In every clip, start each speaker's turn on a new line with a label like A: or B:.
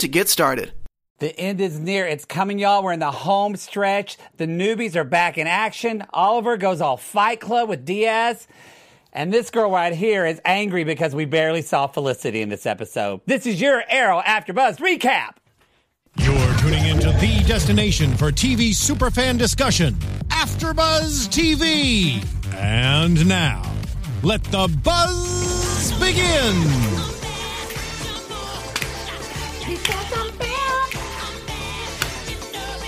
A: to get started.
B: The end is near. It's coming, y'all. We're in the home stretch. The newbies are back in action. Oliver goes all fight club with Diaz. And this girl right here is angry because we barely saw Felicity in this episode. This is your Arrow After Buzz recap.
C: You're tuning into the destination for TV superfan discussion, AfterBuzz TV. And now, let the buzz begin.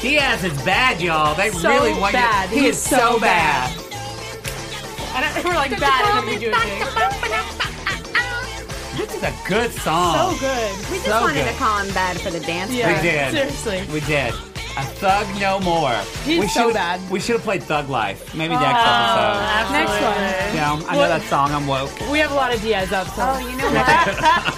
B: Diaz is bad, y'all. They
D: So
B: really want
D: bad.
B: you. He
D: He's
B: is
D: so
B: so bad.
D: And I, we're like bad at doing things.
B: This is a good song.
D: So good.
E: We just
B: So
E: wanted
B: good.
E: to call him bad for the dance.
D: Yeah.
E: break.
B: We did.
D: Seriously.
B: We did. A thug no more.
D: He's
B: we
D: so
B: should've-
D: bad.
B: We should have played Thug Life. Maybe next episode.
D: Next one.
B: You know, I know
D: Well-
B: that song. I'm woke.
D: We have a lot of Diaz up. So.
E: Oh, you know what?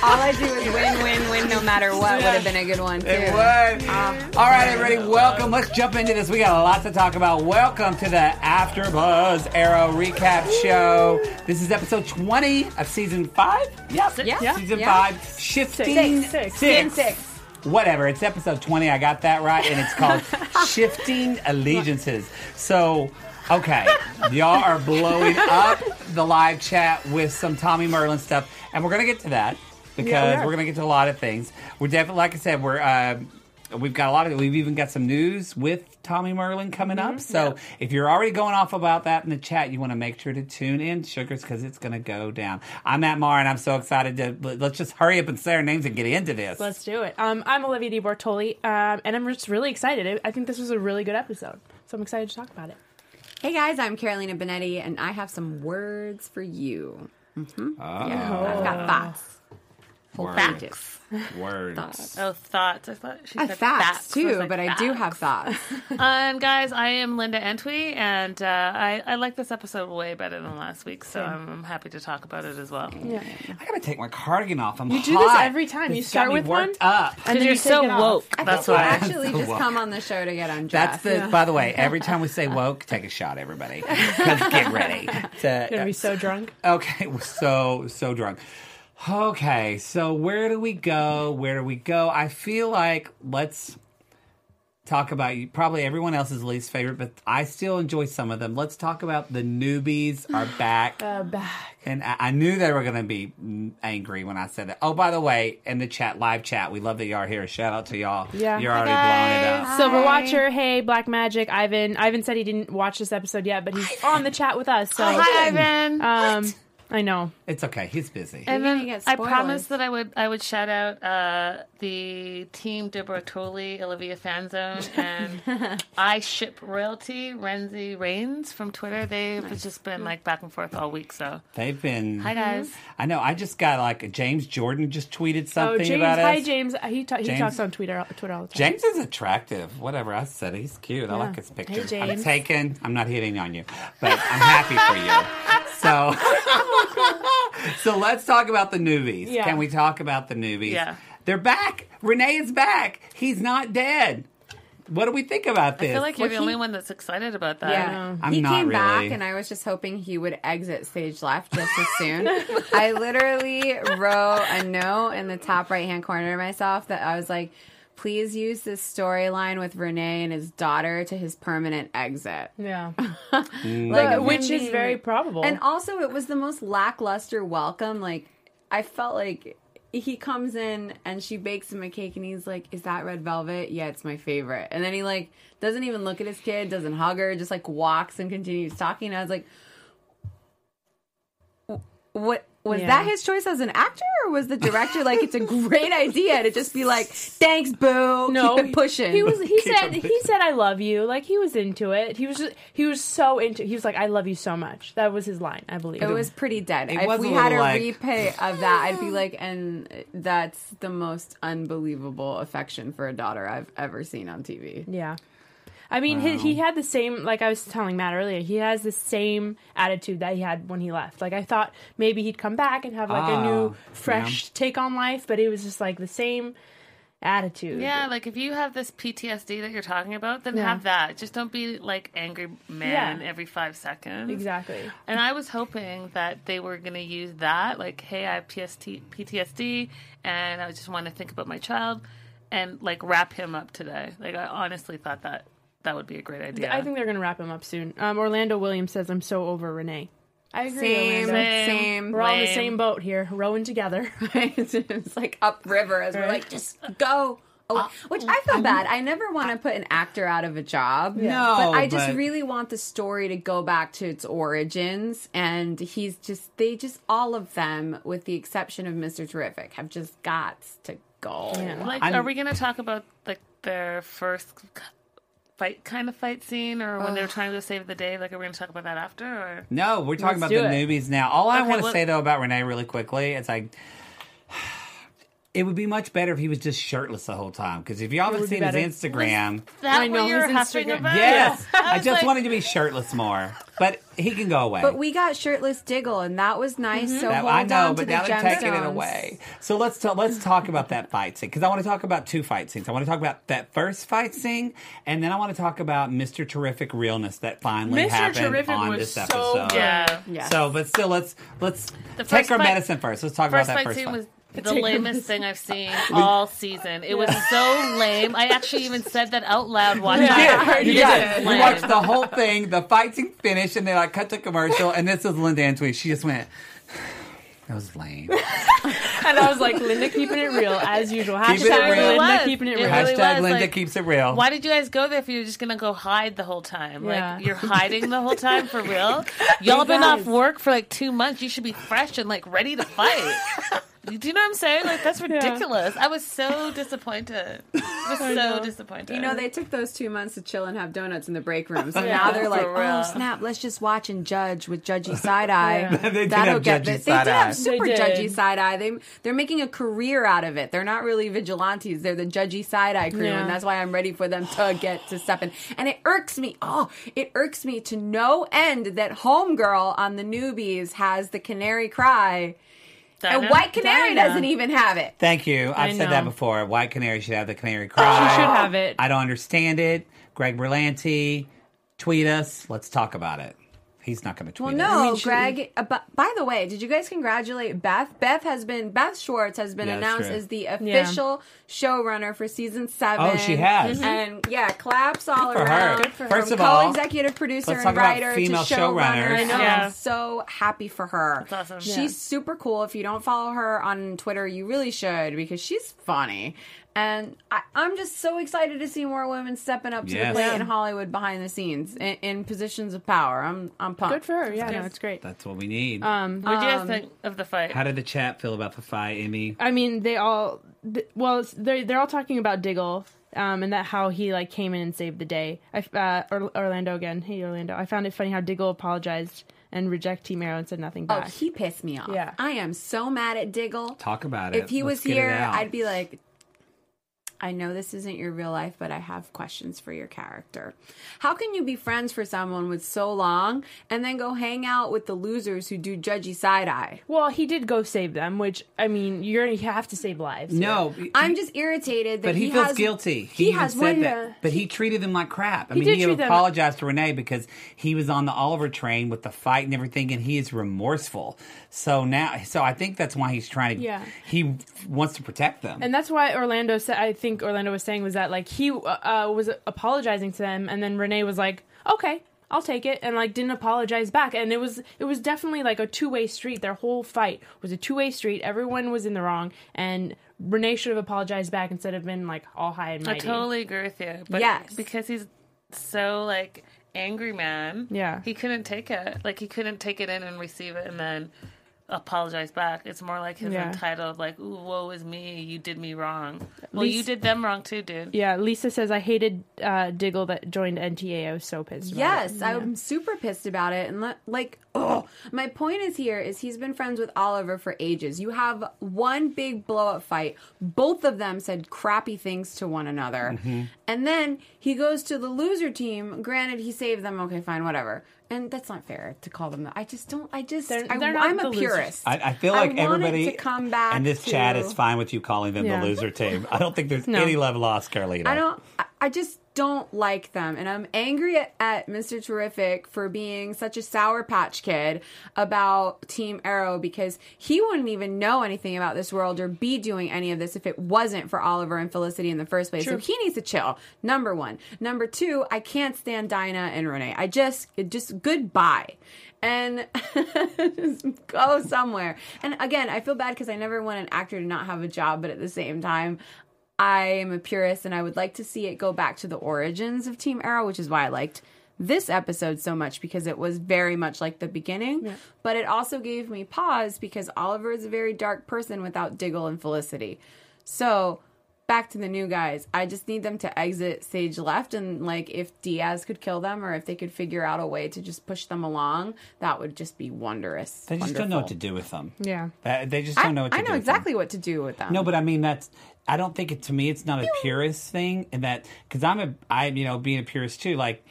E: All I do is win, win, win, no matter what. Would have been a good one, too.
B: It would. All right, everybody, welcome. Let's jump into this. We got a lot to talk about. Welcome to the After Buzz Arrow Recap Show. This is episode 20 of season five. Yep.
E: Yeah.
B: Season
E: Yeah.
B: five. Shifting
D: Six. Six.
E: Season six.
B: Whatever. It's episode 20. I got that right. And it's called Shifting Allegiances. So, okay. Y'all are blowing up the live chat with some Tommy Merlin stuff. And we're going to get to that because
D: Yeah, we are.
B: we're going to get to a lot of things. We're definitely, like I said, we're. Uh, We've got a lot of. We've even got some news with Tommy Merlin coming
D: Mm-hmm.
B: up. So if you're already going off about that in the chat, you want to make sure to tune in, sugars, because it's going to go down. I'm Matt Maher, and I'm so excited to. Let's just hurry up and say our names and get into this.
D: Let's do it. Um, I'm Olivia Di Bortoli, um, and I'm just really excited. I- I think this was a really good episode, so I'm excited to talk about it.
E: Hey, guys, I'm Carolina Benetti, and I have some words for you. hmm Yeah, I've got facts. Whole pages.
B: Words.
F: Oh, thoughts. I thought she
E: I
F: said
E: have
F: facts
E: Uh, facts,
F: I was
E: too,
F: like,
E: but I do
F: facts.
E: have thoughts.
F: Um, guys, I am Linda Entwee, and uh, I, I like this episode way better than last week, so I'm, I'm happy to talk about it as well.
D: Yeah.
B: I gotta take my cardigan off. I'm
D: You do this
B: hot.
D: every time. You
B: This got
D: start
B: me
D: with one,
B: worked up.
D: and
F: Because you're
D: you take
F: so
D: it off.
F: woke.
E: I think
F: That's
E: you
F: why.
E: actually just
B: Wow.
E: come on the show to get undressed.
B: That's the. By the way, every time we say woke, take a shot, everybody. 'Cause get ready. to-
D: You're gonna be so drunk.
B: okay, we're so so drunk. Okay, so where do we go? Where do we go? I feel like let's talk about you. Probably everyone else's least favorite, but I still enjoy some of them. Let's talk about the newbies are back.
D: back.
B: And I, I knew they were going to be mm, angry when I said that. Oh, by the way, in the chat, live chat, we love that y'all are here. Shout out to y'all.
D: Yeah.
B: You're already blowing it up.
D: Silver Watcher, hey, Black Magic, Ivan. Ivan said he didn't watch this episode yet, but he's on the chat with us. So,
F: Hi, Ivan.
D: um, I know.
B: It's okay. He's busy.
F: and
E: You're gonna
F: then
E: get
F: I
E: spoilers.
F: promised that I would I would shout out uh, the team Deborah Tolley, Olivia Fanzone, and I Ship Royalty, Renzi Rains from Twitter. They've just been
E: Hmm.
F: like back and forth all week. So
B: They've been.
F: hi guys.
B: I know. I just got like James Jordan just tweeted
D: Oh,
B: something
D: James.
B: about
D: Hi,
B: us.
D: James. He, ta- he
B: James-
D: talks on Twitter, Twitter all the time.
B: James is attractive. Whatever I said, he's cute. I like his picture. I'm
D: James.
B: taken. I'm not hitting on you, but I'm happy for you. So, so let's talk about the newbies.
D: Yeah.
B: Can we talk about the newbies?
F: Yeah.
B: they're back. Renee is back. He's not dead. What do we think about this?
F: I feel like you're
B: What
F: the
B: he-
F: only one that's excited about that.
E: Yeah,
B: I'm
E: he
B: not
E: came back,
B: really.
E: and I was just hoping he would exit stage left just as soon. I literally wrote a note in the top right hand corner to myself that I was like, "Please use this storyline with Renee and his daughter to his permanent exit."
D: Yeah.
B: Mm.
E: Like,
D: Uh,
E: him
D: which is
E: being-
D: very probable.
E: And also, it was the most lackluster welcome. Like, I felt like he comes in and she bakes him a cake, and he's like, "Is that red velvet? Yeah, it's my favorite." And then he like doesn't even look at his kid, doesn't hug her, just like walks and continues talking. I was like, "Wh- "What?" was
D: Yeah.
E: that his choice as an actor, or was the director like, "It's a great idea to just be like, thanks, boo, keep it pushing"?
D: He was. He
A: Keep
D: said.
A: it
D: He said, "I love you." Like he was into it. He was. Just, he was so into. He was like, "I love you so much." That was his line, I believe.
E: It was pretty dead. If
B: was
E: we
B: a
E: had a
B: little like-
E: replay of that, I'd be like, and that's the most unbelievable affection for a daughter I've ever seen on TV.
D: Yeah. I mean, he, he had the same, like I was telling Matt earlier, he has the same attitude that he had when he left. Like, I thought maybe he'd come back and have like a
B: Ah,
D: new, fresh take on life, but it was just like the same attitude.
F: Yeah, like if you have this PTSD that you're talking about, then have that. Just don't be like angry man
D: Yeah.
F: every five seconds.
D: Exactly.
F: And I was hoping that they were going to use that, like, hey, I have PST- PTSD, and I just want to think about my child, and like wrap him up today. Like, I honestly thought that that would be a great idea.
D: I think they're going to wrap him up soon. Um, Orlando Williams says, I'm so over Renee. I agree.
E: Same,
D: Orlando.
E: same.
D: We're all in the
F: Lame.
D: same boat here, rowing together.
E: it's like upriver as we're like, just go. away.
B: Uh,
E: Which I
B: mm-hmm.
E: feel bad. I never want to put an actor out of a job.
B: No,
E: but I just
B: but-
E: really want the story to go back to its origins. And he's just, they just, all of them, with the exception of Mr. Terrific, have just got to go.
F: Like,
B: I'm-
F: are we going to talk about like their first k- fight, kind of fight scene, or when they were trying to save the day? Like, are we going to talk about that after? Or
B: No, we're talking
D: Let's
B: about
D: do
B: the
D: it.
B: newbies now. All I
F: Okay,
B: want to
F: well-
B: say though about Renee really quickly, it's like it would be much better if he was just shirtless the whole time. Because if you haven't
D: would be
B: seen his
D: better.
B: Instagram,
F: that
D: I know,
F: what you're
D: his
F: huffing
D: Instagram-
F: about?
B: yes,
F: I
B: I,
F: was
B: just
F: like-
B: wanted to be shirtless more. But he can go away.
E: But we got shirtless Diggle, and that was nice. So
B: Mm-hmm. That-
E: hold
B: I know,
E: on
B: but
E: to
B: now
E: the
B: they're
E: gemstones.
B: taking it away. So let's ta- let's talk about that fight scene because I want to talk about two fight scenes. I want to talk about that first fight scene, and then I want to talk about Mr. Terrific realness that finally
D: Mr.
B: happened
D: Terrific
B: on
D: was
B: this
D: so
B: episode.
D: good.
F: Yeah.
E: Yes.
B: So, but still, let's let's
F: first
B: take our
F: fight-
B: medicine first. Let's talk
F: first
B: about that
F: fight
B: first
F: scene
B: fight.
F: was the lamest thing I've seen all season. It was so lame. I actually even said that out loud watching
D: Yeah,
F: it.
D: heard
B: you
D: you
B: guys,
F: did.
B: we watched the whole thing. The fight scene finished, and they like cut to commercial. And this is Linda Antwi. She just went, "That was lame."
D: and I was like, Linda keeping it real, as usual. Hashtag
B: Keeping it real.
D: Linda
F: It
D: keeping it
F: really
D: real.
F: was.
B: Hashtag
F: was,
B: Linda
F: like,
B: keeps it real.
F: Why did you guys go there if you were just gonna go hide the whole time?
D: Yeah.
F: Like you're hiding the whole time for real? Y'all been
D: guys.
F: off work for like two months. You should be fresh and like ready to fight. You- Do you know what I'm saying? Like that's ridiculous. I was so disappointed. I was so disappointed.
E: You know, they took those two months to chill and have donuts in the break room. So
F: Yeah,
E: now they're
F: for
E: like, oh,
F: real.
E: snap, let's just watch and judge with judgy side eye.
B: They did
E: That'll
B: have
E: get
B: judgy
E: this.
B: side
E: they did
B: eye.
E: have super
D: They did.
E: judgy side eye. They, they're making a career out of it. They're not really vigilantes. They're the judgy side eye crew.
D: Yeah.
E: And that's why I'm ready for them to get to stepping. And it irks me. Oh, it irks me to no end that Homegirl on the newbies has the canary cry.
F: Dinah?
E: And White Canary
D: Dinah.
E: doesn't even have it.
B: Thank you. I've
D: I
B: said that
D: know.
B: before. White Canary should have the canary cry.
D: She should have it.
B: I don't understand it. Greg Berlanti, tweet us. Let's talk about it. He's not going to
E: Well,
B: tweet us.
E: no, Greg. Uh, bu- by the way, did you guys congratulate Beth? Beth has been Beth Schwartz has been
B: Yeah, that's
E: announced
B: true.
E: as the official showrunner for season seven.
B: Oh, she has. Mhm.
E: and yeah, claps all
B: for her.
E: around.
B: Good for her. First
E: From
B: of all,
E: co-executive producer
B: let's talk
E: and
B: about
E: writer
B: female
E: to
B: showrunners.
E: showrunner. I know.
F: Yeah.
E: I'm so happy for her.
F: That's awesome.
E: She's
F: Yeah.
E: super cool. If you don't follow her on Twitter, you really should because she's funny. And I, I'm just so excited to see more women stepping up to
B: Yes.
E: the plate
B: Yeah.
E: in Hollywood behind the scenes in, in positions of power. I'm I'm pumped.
D: Good for her. Yeah, no, it's great.
B: That's what we need.
F: What do you guys
E: Um,
F: think of the fight?
B: How did the chat feel about the fight, Emmy?
D: I mean, they all th- well, it's- they're they're all talking about Diggle um, and that how he like came in and saved the day. I f- uh, or- Orlando again. Hey, Orlando. I found it funny how Diggle apologized and reject Team Arrow and said nothing
E: Oh,
D: back.
E: he pissed me off.
D: Yeah.
E: I am so mad at Diggle.
B: Talk about it.
E: If he
B: Let's
E: was
B: get it
E: here,
B: out.
E: I'd be like, I know this isn't your real life, but I have questions for your character. How can you be friends for someone with so long and then go hang out with the losers who do judgy side eye?
D: well, he did go save them, which I mean, you're you have to save lives.
B: No,
E: I'm just irritated that
B: but he,
E: he
B: feels
E: has-
B: guilty.
E: He,
B: even
E: has
B: said
E: one. uh,
B: that. But he treated them like crap. I mean,
D: did
B: he
D: treat them-
B: apologized to Renee because he was on the Oliver train with the fight and everything, and he is remorseful. So now, so I think that's why he's trying to.
D: Yeah.
B: He wants to protect them.
D: And that's why Orlando said, I think Orlando was saying was that like he uh, uh, was apologizing to them, and then Renee was like, okay, I'll take it, and like didn't apologize back, and it was it was definitely like a two way street. Their whole fight was a two way street. Everyone was in the wrong, and Renee should have apologized back instead of been like all high and
F: I
D: mighty.
F: totally agree with you. But
E: Yes.
F: because he's so like angry man.
D: Yeah.
F: He couldn't take it. Like he couldn't take it in and receive it and then apologize back. It's more like his
D: Yeah.
F: entitled, like, "Ooh, woe is me. You did me wrong." Well,
D: least-
F: you did them wrong too, dude.
D: Yeah, Lisa says I hated uh, Diggle that joined NTA. I was so pissed. about it."
E: Yes, I'm super pissed about it. And le- like, oh, my point is here is he's been friends with Oliver for ages. You have one big blow up fight. Both of them said crappy things to one another.
B: Mm-hmm.
E: And then he goes to the loser team. Granted, he saved them. Okay, fine, whatever. And that's not fair to call them that. I just don't. I just.
D: They're-
E: I,
D: they're not
E: am
D: the
E: a
D: losers.
E: purist.
B: I, I feel like
E: want it
B: everybody
E: to come back
B: in this chat
E: to-
B: is fine with you calling them
D: Yeah.
B: the loser team. I don't think there's
D: No.
B: any love lost, Carlita.
E: I don't. I- I just don't like them, and I'm angry at, at Mr. Terrific for being such a sour patch kid about Team Arrow because he wouldn't even know anything about this world or be doing any of this if it wasn't for Oliver and Felicity in the first place. So he needs to chill. Number one. Number two. I can't stand Dinah and Renee. I just, it just goodbye, and just go somewhere. And again, I feel bad because I never want an actor to not have a job, but at the same time. I am a purist and I would like to see it go back to the origins of Team Arrow, which is why I liked this episode so much because it was very much like the beginning. But it also gave me pause because Oliver is a very dark person without Diggle and Felicity. So back to the new guys. I just need them to exit stage left and like if Diaz could kill them or if they could figure out a way to just push them along, that would just be wondrous.
B: They just don't know what to
E: wonderful.
B: do with them.
D: Yeah.
B: That- they just
E: I,
B: don't know what to
E: I
B: do.
E: know
B: with them.
E: exactly what to do with them.
B: No, but I mean that's. I don't think it to me. It's not a purist thing, and that because I'm a I you know being a purist too. Like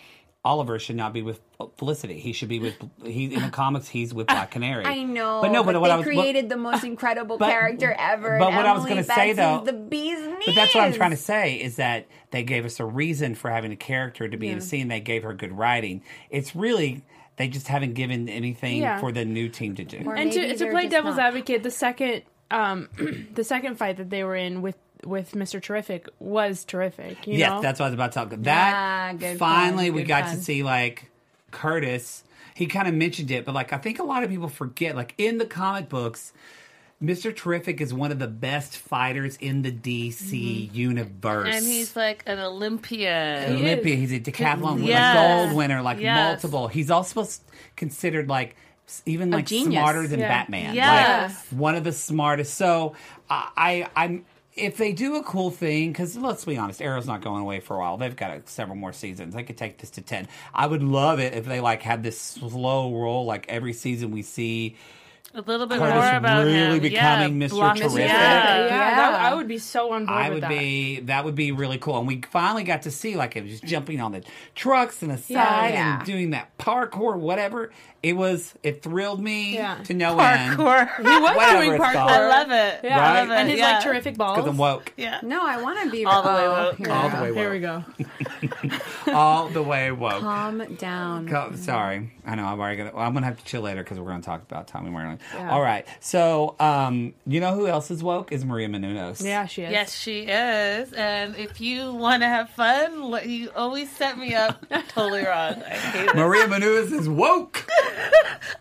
B: Oliver should not be with Felicity. He should be with he in the comics. He's with Black Canary.
E: I know,
B: but no, but, what
E: they
B: I was what-
E: created the most incredible
B: but-
E: character ever.
B: but
E: and
B: what I was gonna
E: Emily
B: say,
E: Betsey's
B: though-
E: the bee's knees.
B: But that's what I'm trying to say is that they gave us a reason for having a character to be in a scene. They gave her good writing. It's really they just haven't given anything
D: Yeah.
B: for the new team to do.
D: and
E: maybe
D: to, to
E: they're
D: play
E: just
D: devil's
E: not.
D: advocate, the second um, the second fight that they were in with with Mr. Terrific was terrific. You
B: yes,
D: know?
B: that's what I was about to talk. That
E: Yeah, good
B: finally
E: pun,
B: we
E: good
B: got
E: pun.
B: to see like Curtis. He kind of mentioned it, but like I think a lot of people forget. Like in the comic books, Mister Terrific is one of the best fighters in the DC
E: Mm-hmm.
B: universe,
F: And he's like an Olympian.
B: Olympia. He's a decathlon winner,
F: Yes.
B: gold winner, like
F: Yes.
B: multiple. He's also s- considered like s- even like
E: genius.
B: smarter than
D: Yeah.
B: Batman.
F: Yes.
B: Like, one of the smartest. So I, I I'm if they do a cool thing because let's be honest, Arrow's not going away for a while. They've got uh, several more seasons. They could take this to ten. I would love it if they like had this slow roll. Like every season we see
F: A little bit
B: Curtis
F: more about
B: really
F: him.
B: becoming
F: yeah.
B: Mr.
F: Block-
B: Terrific.
D: Yeah,
F: Yeah.
E: Yeah.
D: that- I would be so on board
B: I
D: with
B: would
D: that.
B: be that would be really cool. And we finally got to see like it was just jumping on the trucks and the side
E: Yeah.
B: and doing that parkour, whatever. It was it thrilled me
D: Yeah.
B: to no end.
F: Parkour.
D: He was
B: Whatever
D: doing
B: it's
D: parkour.
B: called.
F: I love it.
D: Yeah,
B: Right?
F: I love it.
D: and his
F: yeah.
D: like terrific balls.
B: Because I'm woke.
F: Yeah.
E: No, I want to be
F: All the way
E: oh,
F: woke.
E: here.
B: All the way woke.
D: There we go.
B: All the way woke.
E: Calm down.
B: Co- sorry, I know I've already got. Well, I'm gonna have to chill later because we're gonna talk about Tommy Marlin. All right, so um, you know who else is woke is Maria Menounos.
D: Yeah, she is.
F: Yes, she is. And if you want to have fun, let- you always set me up totally wrong. I hate it.
B: Maria Menounos is woke.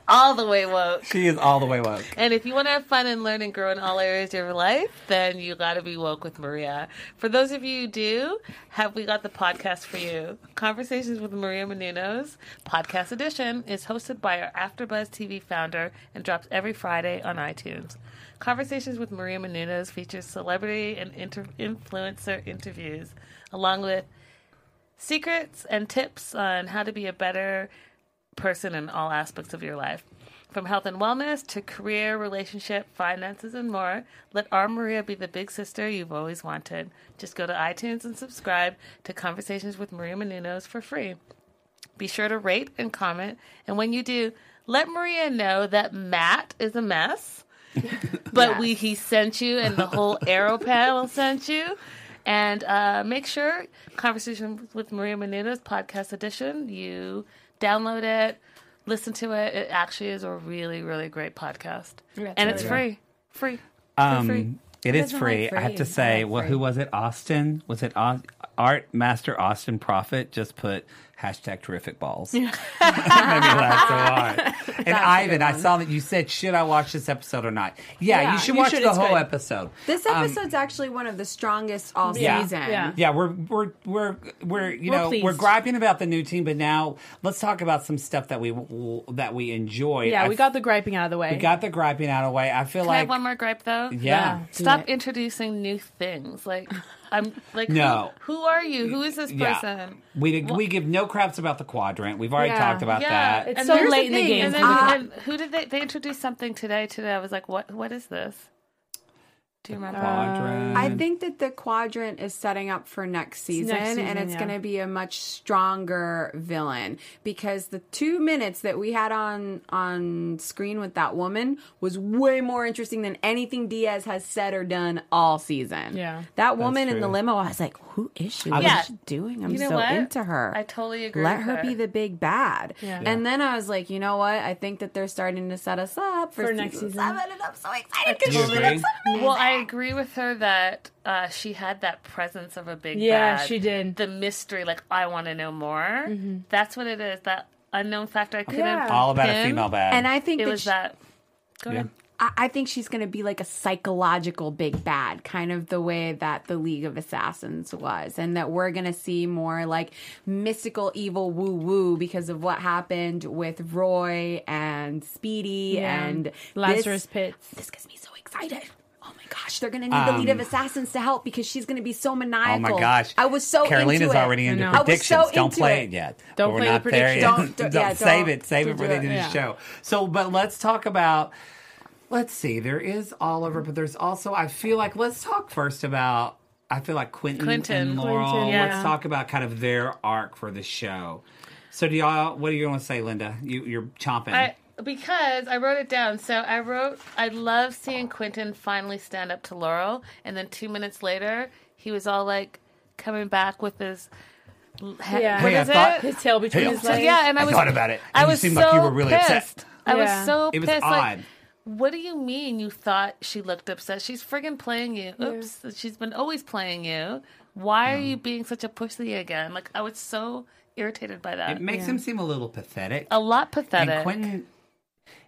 F: All the way woke.
B: She is all the way woke.
F: And if you want to have fun and learn and grow in all areas of your life, then you got to be woke with Maria. For those of you who do, have we got the podcast for you? Conversations with Maria Menounos Podcast Edition is hosted by our AfterBuzz TV founder and drops every Friday on iTunes. Conversations with Maria Menounos features celebrity and inter- influencer interviews, along with secrets and tips on how to be a better person in all aspects of your life. From health and wellness to career, relationship, finances, and more, let our Maria be the big sister you've always wanted. Just go to iTunes and subscribe to Conversations with Maria Menounos for free. Be sure to rate and comment, and when you do, let Maria know that Matt is a mess, but we he sent you, and the whole Arrow panel sent you. And uh, make sure Conversation with Maria Menounos podcast edition. You download it, listen to it. It actually is a really, really great podcast, and it's free, free, For free.
B: Um, it is
E: doesn't
B: free.
E: like
B: I have to
E: free? I
B: say,
E: like
B: well,
E: free.
B: who was it? Austin? Was it Aus- Art Master Austin Prophet just put Hashtag terrific balls. Made me laugh so hard. And Ivan, I saw that you said, should I watch this episode or not? Yeah,
D: Yeah,
B: you should
D: you
B: watch
D: should.
B: the
D: It's
B: whole
D: good.
B: episode.
E: This episode's actually one of the strongest all
B: Yeah.
E: season.
D: Yeah.
B: Yeah, we're we're we're we're you
D: We're
B: know we're
D: pleased.
B: griping about the new team, but now let's talk about some stuff that we w- that we enjoy.
D: Yeah, we got the griping out of the way.
B: we got the griping out of the way. I feel
F: Can I
B: like
F: have one more gripe though?
B: yeah.
D: Yeah.
F: Stop
E: Do it.
F: introducing new things. Like I'm like
B: No.
F: who, who are you? Who is this person?
B: We did, we give no craps about the quadrant. We've already
E: Yeah.
B: talked about
F: yeah,
B: that.
D: It's so
F: there's
D: late in the
F: thing,
D: game. Uh-huh.
F: And then,
E: Ah.
F: and who did they? They introduced something today. Today, I was like, "What? What is this?" Do you remember?
B: quadrant.
E: I think that the quadrant is setting up for next season,
D: season,
E: and it's
D: yeah.
E: going to be a much stronger villain because the two minutes that we had on on screen with that woman was way more interesting than anything Diaz has said or done all season.
D: Yeah.
E: that woman in the
B: true.
E: limo, I was like, "Who is she? What is
F: Yeah.
E: she doing? I'm
F: You know
E: so
F: what?
E: into her.
F: I totally agree
E: Let
F: with
E: her
F: her.
E: be the big bad."
D: Yeah.
E: And then I was like, "You know what? I think that they're starting to set us up for,
D: For next season.
E: seven, and I'm so excited because
B: Do you
E: she's
B: agree?
F: Well, I agree with her that uh, she had that presence of a big
D: Yeah,
F: bad.
D: she did. Mm-hmm.
F: The mystery, like I want to know more. That's what it is. That unknown factor I couldn't.
D: Yeah.
B: All about a
F: pin.
B: female bad.
E: And I think
F: It
E: that
F: was
E: she-
F: that. Go ahead.
E: I, I think she's going to be like a psychological big bad, kind of the way that the League of Assassins was, and that we're going to see more like mystical evil woo woo because of what happened with Roy and Speedy
D: Yeah.
E: and
D: Lazarus
E: this,
D: Pitts.
E: This gets me so excited. Oh my gosh, they're going to need the lead
B: Um,
E: of assassins to help because she's going to be so maniacal.
B: Oh my gosh!
E: I was so
B: Carolina's
E: into it.
B: already into
D: I know. I was
B: predictions.
E: so
B: don't
E: into
B: play
E: it.
B: it, yet.
D: Don't
B: But we're
D: play the
B: not there yet.
E: predictions. Don't- yeah,
B: save
E: don't-
B: it. Save it
E: don't
B: for
E: do
B: the
E: it.
B: end of
E: Yeah.
B: the show. So, but let's talk about. Let's see. There is Oliver, but there's also. I feel like let's talk first about. I feel like Quentin,
F: Quentin.
B: and Laurel.
D: Quentin,
F: yeah.
B: Let's talk about kind of their arc for the show. So, do y'all? What do you want to say, Linda? You, you're chomping.
F: I because I wrote it down. So I wrote, I love seeing Quentin finally stand up to Laurel, and then two minutes later, he was all like coming back with his.
D: Yeah.
F: Yeah. What
B: Hey, I
F: is
B: thought-
F: it?
D: his tail between
B: Hey,
D: his
B: so
D: legs.
F: yeah, and I,
B: I
F: was,
B: thought about it,
F: I
B: and you
F: was
B: seemed
F: so
B: like you were really
F: pissed.
B: upset.
F: I
D: Yeah.
F: was so
B: It was
F: pissed. Like,
B: odd.
F: what do you mean you thought she looked upset? She's friggin' playing you. Oops, she's been always playing you. Why are
B: Mm.
F: you being such a pussy again? Like I was so irritated by that.
B: it makes him seem a little pathetic.
F: a lot pathetic.
B: And Quentin,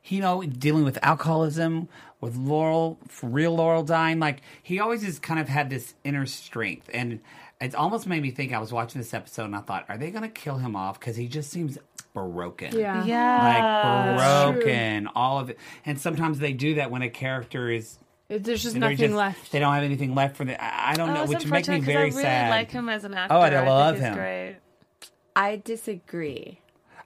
B: he, you know, dealing with alcoholism, with Laurel, real Laurel dying, like he always has kind of had this inner strength. And it's almost made me think I was watching this episode and I thought, are they going to kill him off? Because he just seems broken.
D: Yeah.
F: yeah,
B: Like broken, all of it. And sometimes they do that when a character is.
D: It- There's just
B: they're
D: nothing
B: just-
D: left.
B: They don't have anything left for the. I I don't know,
F: Oh, it's
B: which makes me
F: unfortunate 'cause
B: very
F: I really
B: sad. Oh,
F: like him as an actor.
B: I
F: think
B: love
F: he's
B: him.
F: Great.
E: I disagree.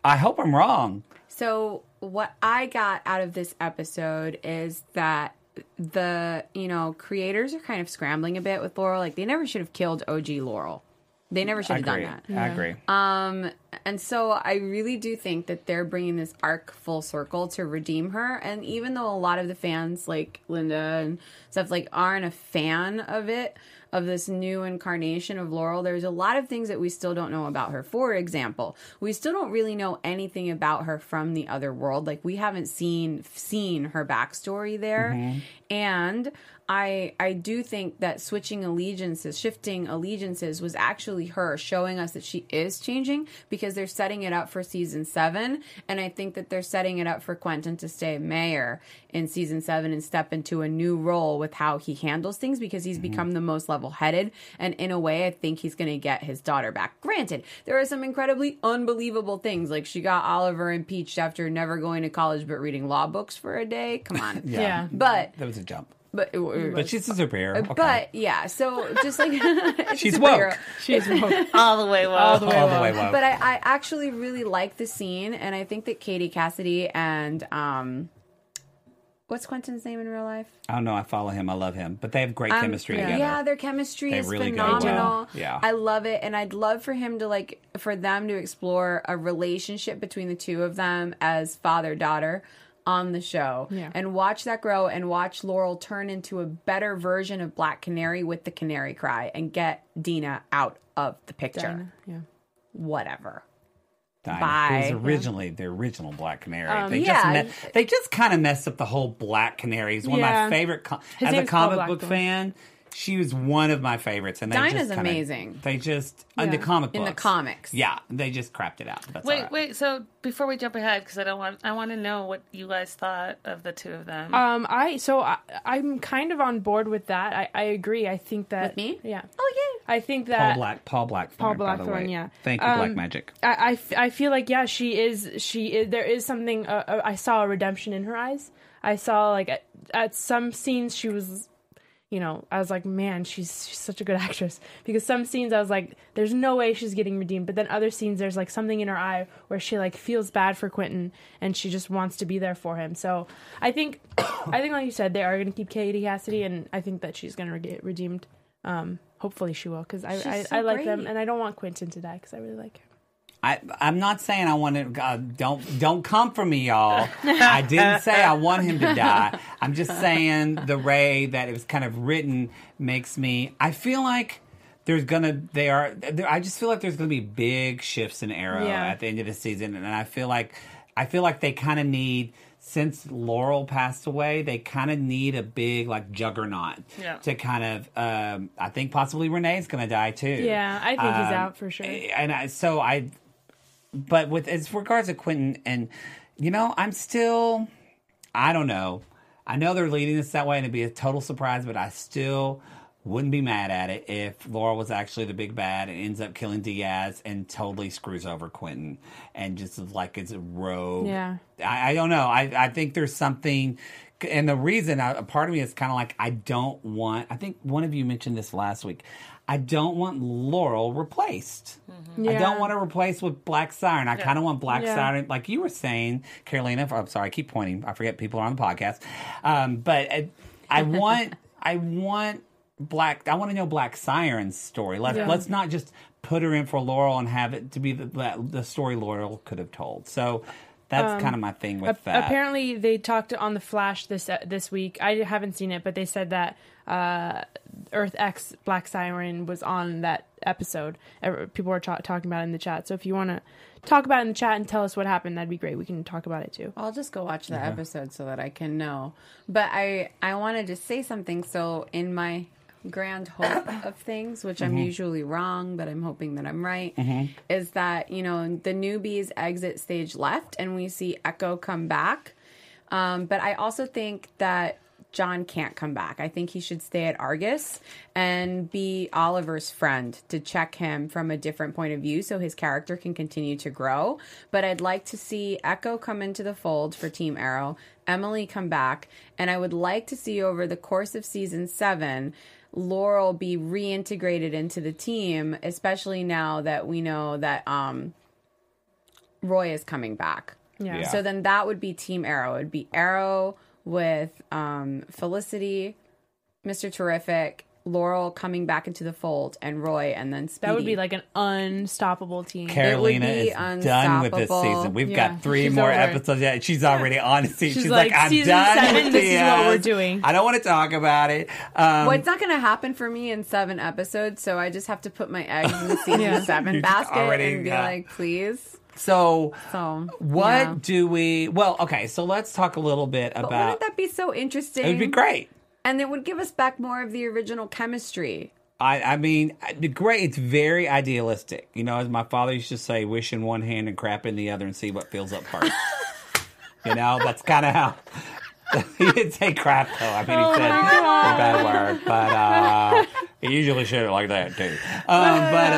B: I hope I'm wrong.
E: So what I got out of this episode is that the you know creators are kind of scrambling a bit with Laurel. Like they never should have killed OG Laurel. They never should
B: I
E: have
B: agree.
E: done that.
B: I agree.
F: Uh,
E: Um, and so I really do think that they're bringing this arc full circle to redeem her. And even though a lot of the fans, like Linda and stuff, like aren't a fan of it, of this new incarnation of Laurel, there's a lot of things that we still don't know about her. For example, we still don't really know anything about her from the other world. Like we haven't seen seen her backstory there, and I I do think that switching allegiances, shifting allegiances, was actually her showing us that she is changing because they're setting it up for season seven, and I think that they're setting it up for Quentin to stay mayor in season seven and step into a new role with how he handles things because he's become the most level headed, and in a way, I think he's going to get his daughter back. Granted, there are some incredibly unbelievable things like she got Oliver impeached after never going to college but reading law books for a day. Come on,
D: Yeah.
E: but
B: That was a jump.
E: but,
B: But she's a superhero.
F: uh,
B: Okay.
E: but yeah, so just like
B: She's
E: superhero.
B: woke.
D: She's woke.
F: All the way well.
D: All the way
B: All
D: woke.
B: the way woke.
E: But I, I actually really like the scene, and I think that Katie Cassidy and um, what's Quentin's name in real life?
B: I don't know. Oh, I follow him. I love him. But they have great
E: Um,
B: chemistry
E: yeah.
B: together.
E: Yeah, their chemistry
B: They
E: is
B: really go well.
E: phenomenal.
B: Yeah.
E: I love it, and I'd love for him to like for them to explore a relationship between the two of them as father daughter on the show
D: Yeah.
E: and watch that grow and watch Laurel turn into a better version of Black Canary with the canary cry and get Dina out of the picture.
D: Yeah.
E: Whatever.
B: Dinah,
E: Bye.
B: Who's originally the original Black Canary. they,
E: yeah.
B: just me- they just kind of messed up the whole Black Canary. He's one
D: Yeah.
B: of my favorite. Com-
D: His
B: as a
D: name's called
B: comic
D: Black
B: book
D: Dwarf.
B: fan, She was one of my favorites, and they
E: Dinah's
B: just kinda-
E: amazing.
B: They just in the comic
E: In
B: books.
E: the comics.
B: yeah, they just crapped it out. but That's all
F: Wait,
B: right.
F: wait. So before we jump ahead, because I don't want, I want to know what you guys thought of the two of
B: Uh,
F: them.
D: Um, I so I, I'm kind of on board with that. I, I agree. I think
E: With
D: that
E: me?
D: yeah.
E: Oh yeah.
D: I think that
B: Paul Black, Paul Blackthorne.
D: uh, Paul
B: by the
D: Blackthorne,
B: way.
D: yeah.
B: Thank you, Black
D: Um,
B: Magic.
D: I, I f- I feel like yeah she is she is, there is something uh, uh, I saw a redemption in her eyes I saw like at, at some scenes she was you know I was like man she's, she's such a good actress because some scenes I was like there's no way she's getting redeemed but then other scenes there's like something in her eye where she like feels bad for Quentin and she just wants to be there for him so I think I think like you said they are going to keep Katie Cassidy and I think that she's going to get redeemed um hopefully she will because I I,
E: so
D: I like them
E: great.
D: and I don't want Quentin to die because I really like him.
B: I, I'm not saying I want to. Uh, don't don't come for me, y'all. I didn't say I want him to die. I'm just saying the way that it was kind of written makes me. I feel like there's gonna they are. There, I just feel like there's gonna be big shifts in Arrow
D: Yeah.
B: at the end of the season, and I feel like I feel like they kind of need. Since Laurel passed away, they kind of need a big like juggernaut
F: Yeah.
B: to kind of. Um, I think possibly Renee's going to die too.
D: Yeah, I think he's
B: Um,
D: out for sure.
B: And I, so I, but with as regards to Quentin, and you know, I'm still, I don't know. I know they're leading us that way, and it'd be a total surprise. But I still wouldn't be mad at it if Laura was actually the big bad and ends up killing Diaz and totally screws over Quentin and just is like it's a rogue.
D: Yeah.
B: I, I don't know. I, I think there's something, and the reason I, a part of me is kind of like I don't want. I think one of you mentioned this last week. I don't want Laurel replaced. I
D: Yeah.
B: don't want to replace with Black Siren. I kind of want Black
D: Yeah.
B: Siren, like you were saying, Carolina. I'm sorry, I keep pointing. I forget people are on the podcast, um, but I, I want, I want Black. I want to know Black Siren's story. Let,
D: Yeah.
B: Let's not just put her in for Laurel and have it to be the that- the story Laurel could have told. So that's kind of my thing with that.
D: Um, Apparently, they talked on the Flash this uh, this week. I haven't seen it, but they said that uh, Earth X Black Siren was on that episode. Ever- People were ta- talking about it in the chat. So if you want to talk about it in the chat and tell us what happened, that'd be great. We can talk about it too.
E: I'll just go watch the episode so that I can know. But I I wanted to say something. So in my grand hope of things, which I'm usually wrong, but I'm hoping that I'm right, is that you know the newbies exit stage left, and we see Echo come back. Um, but I also think that John can't come back. I think he should stay at Argus and be Oliver's friend to check him from a different point of view so his character can continue to grow. But I'd like to see Echo come into the fold for Team Arrow, Emily come back, and I would like to see over the course of season seven. Laurel be reintegrated into the team, especially now that we know that um, Roy is coming back.
D: Yeah.
B: Yeah.
E: So then that would be Team Arrow. It would be Arrow with um, Felicity, Mr. Terrific, Laurel coming back into the fold, and Roy, and then Speedy.
D: That would be like an unstoppable team.
B: Carolina
E: be
B: is done with this
E: unstoppable.
B: season. We've
D: Yeah,
B: got three
D: she's
B: more
D: over it.
B: episodes. Yeah, she's already on. She's, she's
D: She's
B: like,
D: like,
B: I'm
D: "Season
B: done.
D: seven,
B: with
D: this is what we're
B: Diaz.
D: doing."
B: I don't want to talk about it. Um,
E: well, it's not going to happen for me in seven episodes, so I just have to put my eggs in the season
D: Yeah.
E: seven
B: You just
E: basket
B: already
E: and be
B: got-
E: like, please.
B: so,
E: So
B: what
E: yeah.
B: do we? Well, okay. So let's talk a little bit
E: But
B: about.
E: wouldn't that be so interesting?
B: it would be great.
E: and it would give us back more of the original chemistry.
B: I, I mean, the great. It's very idealistic. You know, as my father used to say, "Wish in one hand and crap in the other, and see what fills up first. you know, that's kind of how. he didn't say crap though. I mean, he
E: Oh
B: said a bad word, but uh, he usually said it like that too. Um, but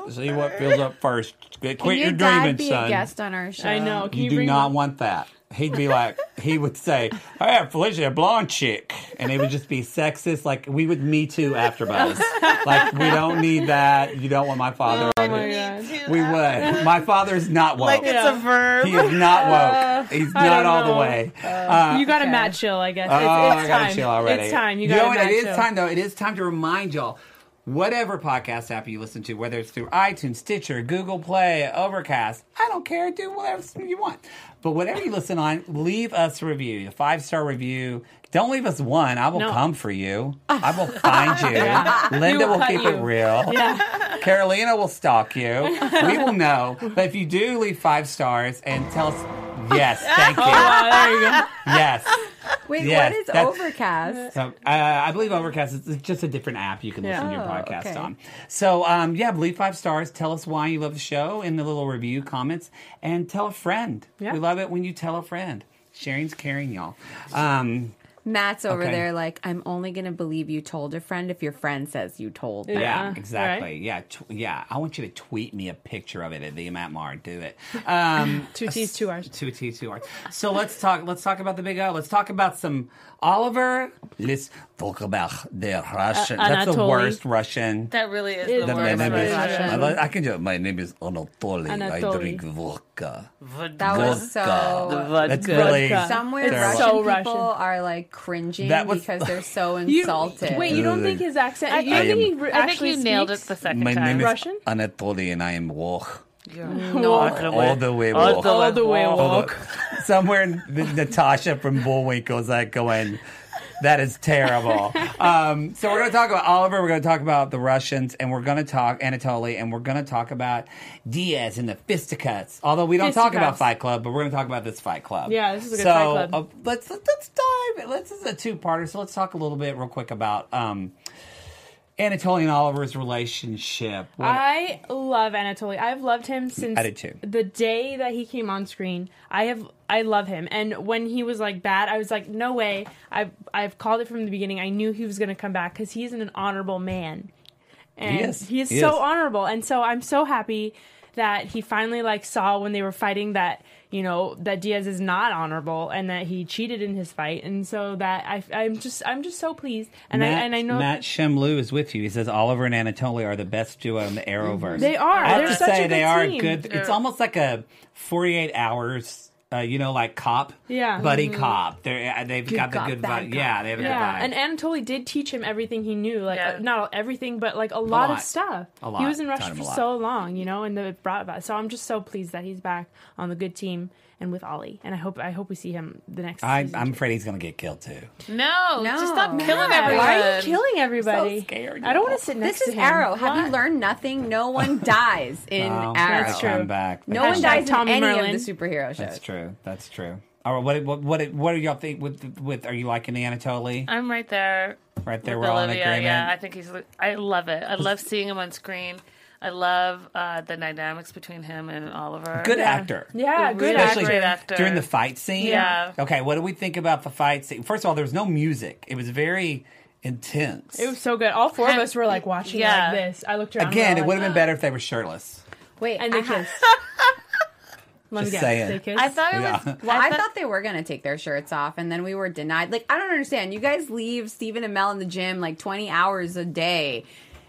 B: um, see what fills up first. Quit your
E: Your dad
B: dreaming,
E: be
B: son.
E: a guest on our show.
D: I know. Can
B: You,
D: you,
B: do
D: bring
B: not
D: them-
B: want that. He'd be like, he would say, "I have Felicia, a blonde chick," and it would just be sexist. Like we would me too after buzz. like we don't need that. You don't want my father. on
D: my
B: it.
D: God.
B: We would. My father's not woke.
F: like it's a verb.
B: he is not woke. He's not
D: uh, don't
B: all the
D: know.
B: way. Uh,
D: You got a mad chill, I guess. It's,
B: oh,
D: it's
B: I
D: time.
B: gotta chill already.
D: It's time. You
B: know
D: got
B: what?
D: a mad
B: It is
D: chill.
B: time though. It is time to remind y'all. Whatever podcast app you listen to, whether it's through iTunes, Stitcher, Google Play, Overcast, I don't care. Do whatever you want. But whatever you listen on, leave us a review, a five star review. Don't leave us one. I will
D: No.
B: come for you. I will find you. Linda
D: We will
B: will
D: cut
B: keep
D: you.
B: it real. Carolina will stalk you. We will know. But if you do leave five stars and tell us Yes, thank you.
D: wow, there you go.
B: Yes.
E: Wait,
B: Yes,
E: what is
B: that's-
E: Overcast?
B: So uh, I believe Overcast is just a different app you can listen to your
E: Oh,
B: podcast
E: okay.
B: on. So um, yeah, leave five stars. Tell us why you love the show in the little review comments, and tell a friend.
D: Yeah.
B: We love it when you tell a friend. Sharing's caring, y'all. Um,
E: Matt's over
B: Okay.
E: there like, I'm only going to believe you told a friend if your friend says you told them.
B: Yeah,
D: Yeah,
B: exactly.
D: right.
B: Yeah, tw- yeah. I want you to tweet me a picture of it at the Matt Mar. Do it. Um,
D: Two T's, two R's.
B: Two T, two R. So let's talk. Let's talk about the big O. Let's talk about some Oliver. Let's talk about the Russian. That's the
D: Anatoly.
B: worst Russian.
F: That really is
D: It
F: the
B: my
D: is
F: worst.
D: the
B: name is,
D: worst
F: version.
D: Russian.
B: my- I can do it. My name is Anatoly. I
D: Anatoly.
B: drink vodka.
E: That was
B: Vodka.
E: so.
B: That's really
E: Somewhere
B: They're
E: Russian
D: so
E: people
D: Russian.
E: are like cringing
B: That was-
E: because they're so
D: You-
E: insulted.
D: Wait, you don't think his accent? you
B: I
D: don't think
B: am-
D: he re-
F: I think
D: actually
F: you nailed it
D: speaks?
F: the second
B: My
F: time.
B: name is
D: Russian?
B: Anatoly, and I am Wok.
D: No.
B: All the way Wok.
D: All the way
B: Although,
D: walk.
B: somewhere in the, Natasha from Bullwinkle's like going, that is terrible. Um, so we're going to talk about Oliver. We're going to talk about the Russians, and we're going to talk Anatoly, and we're going to talk about Diaz and the fisticuffs. Although we don't talk about
D: Fisticuffs.
B: Fight Club, but we're going to talk about this Fight Club.
D: Yeah, this is a good
B: so,
D: Fight Club.
B: uh, let's let's dive. Let's this is a two-parter. So let's talk a little bit real quick about. Um, Anatoly and Oliver's relationship. What-
D: I love Anatoly. I've loved him since
B: I did too.
D: the day that he came on screen. I have I love him. And when he was like bad, I was like, no way. I've I've called it from the beginning. I knew he was going to come back because he's an honorable man. And
B: He is.
D: He is
B: He
D: so
B: is.
D: honorable. And so I'm so happy that he finally like saw when they were fighting that you know that Diaz is not honorable and that he cheated in his fight and so that I, I'm just I'm just so pleased and I
B: Matt,
D: and I know
B: Matt Shemlu is with you. He says Oliver and Anatoly are the best duo in the Arrowverse.
D: They are.
B: I have
D: They're
B: to
D: such a
B: say,
D: good
B: they are
D: team.
B: good. It's
F: Yeah.
B: almost like a forty-eight hours. Uh, you know, like cop,
D: Yeah.
B: buddy cop. They're, uh, they've got the
E: cop,
B: good
E: bad
B: vibe.
E: cop.
B: Yeah, they have a
D: Yeah,
B: good vibe.
D: and Anatoly did teach him everything he knew. Like
F: Yeah.
D: uh, not all- everything, but like a
B: lot.
D: lot, of stuff.
B: A lot.
D: He was in
B: Taught
D: Russia
B: him a
D: for
B: lot.
D: so long, you know, and the it brought about. So I'm just so pleased that he's back on the good team and with Ollie. And I hope I hope we see him the next.
B: I,
D: season.
B: I'm afraid he's gonna get killed too.
F: No,
E: No.
F: just stop
E: Yeah,
F: killing
D: Yeah,
F: everyone.
D: why are you killing everybody?
B: scared,
D: I don't
B: y'all.
D: want to sit next
E: This is
D: to him.
E: Arrow. Have you learned nothing? No one dies in
B: Oh,
E: Arrow.
B: That's
D: true.
B: Come back.
E: No
B: That's
E: one
D: Hashtag
E: dies
D: Tommy
E: in any
D: Merlin.
E: of the superhero shows.
B: That's true. That's true. All right. What what what, what are y'all think with with? Are you liking the Anatoly?
F: I'm right there.
B: Right there,
F: with
B: we're all in
F: Olivia.
B: agreement.
F: Yeah, I think he's. I love it. I love seeing him on screen. I love uh, the dynamics between him and Oliver.
B: Good actor.
D: Yeah,
F: Really
D: good
F: Especially
D: actor.
F: great actor.
B: during the fight scene.
F: Yeah.
B: Okay, what do we think about the fight scene? First of all, there was no music. It was very intense.
D: It was so good. All four of
F: Kind-
D: us were like watching
F: yeah.
D: like this. I looked around we were
B: Again,
D: all
B: it would
D: like,
B: have been better if they were shirtless.
E: Wait,
D: And
E: I,
D: they
E: ha-
D: kissed. Let me
B: Just
D: guess.
B: saying.
D: They kissed.
F: I thought it
B: Yeah.
F: was.
E: well, I thought they were gonna take their shirts off, and then we were denied. Like, I don't understand. You guys leave Stephen and Mel in the gym like twenty hours a day,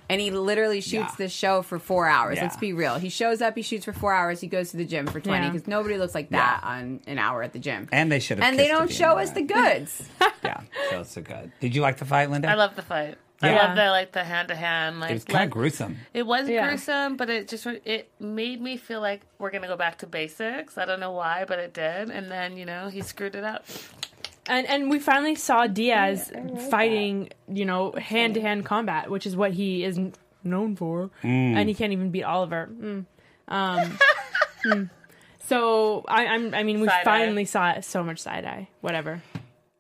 E: and he literally shoots
B: Yeah.
E: this show for four hours.
B: Yeah.
E: Let's be real. He shows up, he shoots for four hours, he goes to the gym for twenty
D: Yeah.
E: because nobody looks like that on an hour at the gym.
B: And they should have
E: and they
B: kissed at
E: don't
B: the
E: show
B: end of
E: us the
B: that.
E: goods.
B: Yeah, that was so good. Did you like the fight, Linda?
F: I love the fight. I
B: Yeah.
F: love the like the hand to hand. Like
B: It was kind
F: like-
B: of gruesome.
F: It was
D: Yeah.
F: gruesome, but it just re- it made me feel like we're gonna go back to basics. I don't know why, but it did. And then you know he screwed it up.
D: and and we finally saw Diaz fighting, you know, hand to hand combat, which is what he is n- known for,
B: Mm.
D: and he can't even beat Oliver. Mm. Um, hmm. So I, I'm, I mean, we
F: Side eye.
D: finally saw it. So much side eye, whatever.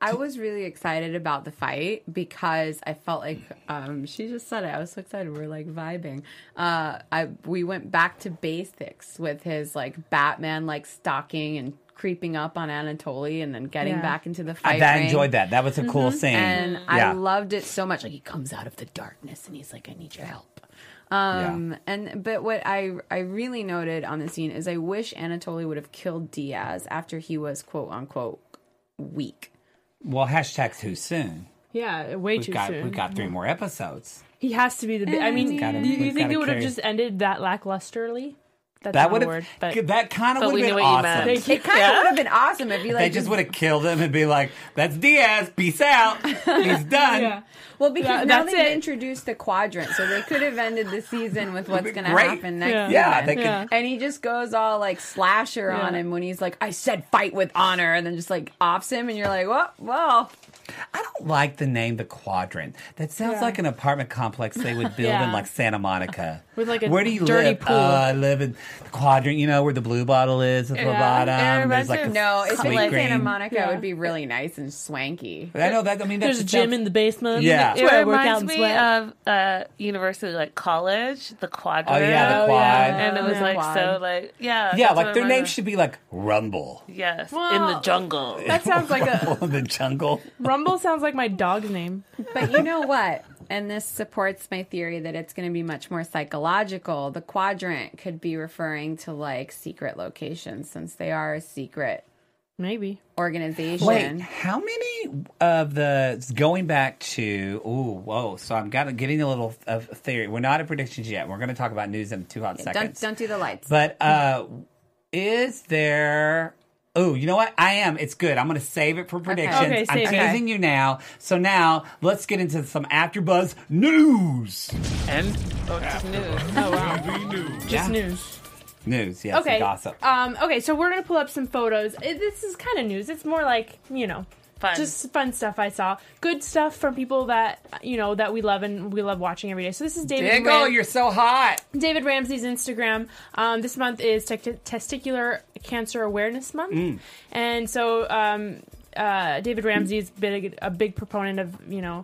E: I was really excited about the fight because I felt like um, she just said it. I was so excited. We were like vibing. Uh, I we went back to basics with his like Batman like stalking and creeping up on Anatoly and then getting
D: Yeah.
E: back into the
B: I,
E: fight.
B: I
E: ring.
B: enjoyed that. That was a
F: Mm-hmm.
B: cool scene.
E: and
B: yeah.
E: I loved it so much. Like he comes out of the darkness and he's like, "I need your help." Um,
B: Yeah.
E: and but what I I really noted on the scene is I wish Anatoly would have killed Diaz after he was quote unquote weak.
B: well, hashtag too soon.
D: Yeah, way
B: We've
D: too
B: got
D: soon.
B: we've got
F: Mm-hmm.
B: three more episodes.
D: he has to be the. Bi- I mean,
B: Gotta-
D: do you
B: we've
D: think
B: gotta
D: it would have
B: carry-
D: just ended that lacklusterly? That's
B: That
D: not
B: would
D: a word,
B: have
D: but
B: that kind of
F: But
B: would
F: we
B: have
F: knew
B: been
F: what you
B: awesome.
F: meant.
E: It kind of would have been awesome if you like
B: They just would have killed him and be like, "That's Diaz. Peace out. He's done."
D: yeah.
E: Well, because
D: Yeah,
E: now
D: that's
E: they've
D: it.
E: introduced the quadrant, so they could have ended the season with what's
B: It'd be
E: going to
B: great.
E: happen next
D: Yeah.
E: season.
B: Yeah, they could-
D: Yeah.
E: And he just goes all like slasher on
D: Yeah.
E: him when he's like, "I said fight with honor," and then just like offs him, and you're like, "Well, well,
B: I don't like the name the quadrant. That sounds like an apartment complex they would build in
D: Yeah.
B: like Santa Monica.
D: With, like, a
B: Where do you
D: dirty
B: live?
D: pool.
B: Uh, I live in the quadrant, you know, where the blue bottle is at the
F: Yeah.
B: bottom.
F: It
B: There's like a
F: reminds me
E: No, if it
B: sweet
E: was
B: green.
E: Santa Monica,
D: Yeah.
E: it would be really nice and swanky.
B: I know that. I mean, that's
D: There's a gym in the basement.
B: Yeah.
D: That's
F: It
D: where I work out
F: reminds
D: and
F: me
D: sweat.
F: of uh, university, like college, the quadrant.
B: Oh yeah, the
D: Oh,
B: quad.
D: yeah.
F: and it was
D: Yeah.
F: like so,
E: Quad.
F: like yeah,
B: Yeah,
F: that's
B: like
F: what
B: their
F: it
B: name
F: reminded-
B: should be like Rumble.
F: yes, in
D: Well,
F: the jungle.
D: that sounds like a
B: Rumble in the jungle.
D: Rumble sounds like my dog's name.
E: But you know what? And this supports my theory that it's going to be much more psychological. The quadrant could be referring to like secret locations since they are a secret
D: Maybe.
E: organization.
B: Wait, how many of the going back to? Oh, whoa! So I'm got getting a little of theory. We're not at predictions yet. We're going to talk about news in two hot
E: Don't,
B: seconds.
E: don't do the lights.
B: But uh is there Oh, you know what? I am. It's good. I'm going to save it for predictions.
D: Okay,
B: I'm
D: save it.
B: teasing you now. So now let's get into some AfterBuzz news.
F: and oh, it's just new.
D: Just news.
B: News, yes,
D: Okay.
B: and gossip.
D: Um, okay, so we're gonna pull up some photos. It, this is kind of news. It's more like you know,
F: Fun.
D: just fun stuff I saw. Good stuff from people that you know that we love and we love watching every day. So this is David.
B: Diggle,
D: Ram-
B: you're so hot.
D: David Ramsey's Instagram. Um, this month is tec- testicular cancer awareness month, and so um, uh, David Ramsey's been a, a big proponent of you know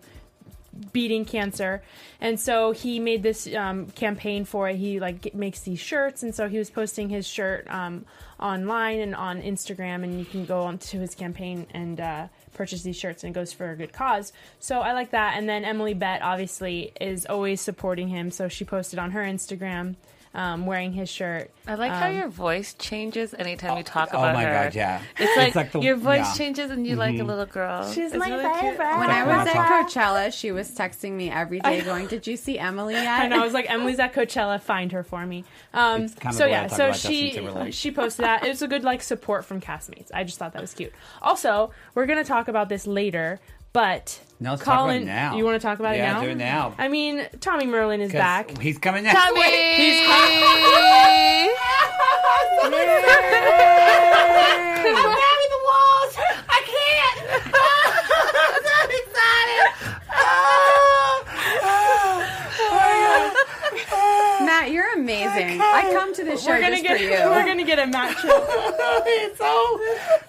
D: beating cancer, and so he made this um, campaign for it. He like g- makes these shirts, and so he was posting his shirt um, online and on Instagram, and you can go onto his campaign and. Uh, Purchase these shirts and it goes for a good cause. So I like that. And then Emily Bett obviously is always supporting him. So she posted on her Instagram um, wearing his shirt.
F: I like how your voice changes anytime you talk
B: oh
F: about
B: my
F: her.
B: God, yeah.
F: It's like,
B: the-
F: your voice
B: yeah. Mm-hmm.
F: changes and you like a little girl.
D: She's
F: It's
D: my
F: really cute.
D: favorite.
E: when I
B: When I
E: was at
D: talk-
E: Coachella, she was texting me every day, going, "Did you see Emily yet?"
D: And I was like, Emily's at Coachella. Find her for me. Um,
B: It's kind of
D: so
B: the way I
D: yeah,
B: talk
D: so
B: about Justin
D: she
B: Timberlake.
D: she posted that. It was a good like support from castmates. I just thought that was cute. Also, we're gonna talk about this later, but
B: No, let's talk about it
D: Colin,
B: now.
D: you want to talk about
B: Yeah,
D: it now?
B: do it now.
D: I mean, Tommy Merlin is
B: 'Cause
D: back.
B: He's coming next
F: Tommy!
B: week.
E: Matt, you're amazing. I come to the show
D: we're gonna
E: just
D: get
E: for you.
D: we're gonna get a matchup.
B: It's so,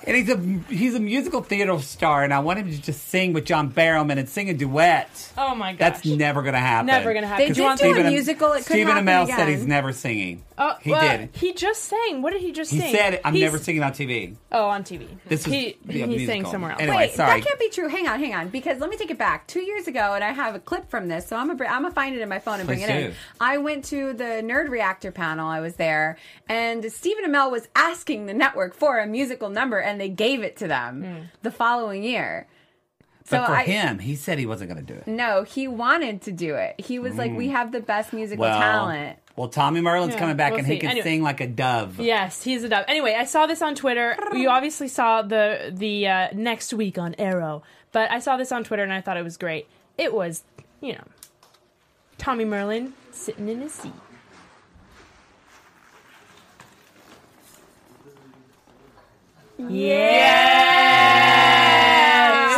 B: and he's a he's a musical theater star, and I want him to just sing with John Barrowman and sing a duet.
D: Oh my gosh.
B: That's never gonna happen.
D: Never gonna happen. They
B: 'Cause
E: did do a
B: Stephen-
E: musical, it couldn't
B: Stephen
E: happen
B: Amell said
E: again.
B: he's never singing.
D: Oh,
B: he
D: well,
B: did.
D: He just sang. What did he just
B: He
D: sing?
B: said, "I'm
D: He's-
B: never singing on TV."
D: Oh, on TV.
B: This was
D: he
B: yeah,
D: he sang
B: musical.
D: somewhere else.
B: Anyway,
E: Wait,
B: sorry.
E: that can't be true. Hang on, hang on. Because let me take it back. Two years ago, and I have a clip from this, so I'm gonna I'm gonna find it in my phone and bring
B: Please
E: it in.
B: do.
E: I went to the Nerd Reactor panel. I was there, and Stephen Amell was asking the network for a musical number, and they gave it to them
D: Hmm.
E: the following year.
B: but for
E: I-
B: him, he said he wasn't gonna do it.
E: No, he wanted to do it. He was like, "We have the best musical
B: Hmm. Well,
E: talent."
B: well, Tommy Merlin's
D: Yeah,
B: coming back,
D: we'll
B: and he
D: see.
B: can
D: Anyway.
B: sing like a dove.
D: Yes, he's a dub. Anyway, I saw this on Twitter. You obviously saw the the uh, next week on Arrow, but I saw this on Twitter and I thought it was great. It was, you know, Tommy Merlin sitting in his seat.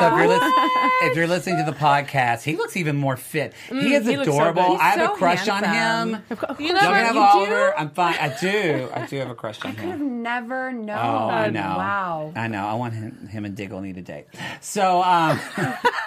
B: So if you're, lis- if you're listening to the podcast, he looks even more fit. he is
D: Mm, he looks so
B: adorable.
D: good. Oh, He's
B: I have
E: so
B: a crush
E: handsome.
B: on him.
F: You
B: Don't
F: never,
B: have
F: you
B: Oliver. I'm fine. I do. I do have a crush on him.
E: Never know.
B: Oh, I
D: Um,
B: know.
E: Wow.
B: I know. I want him, him and Diggle need a date. So, um,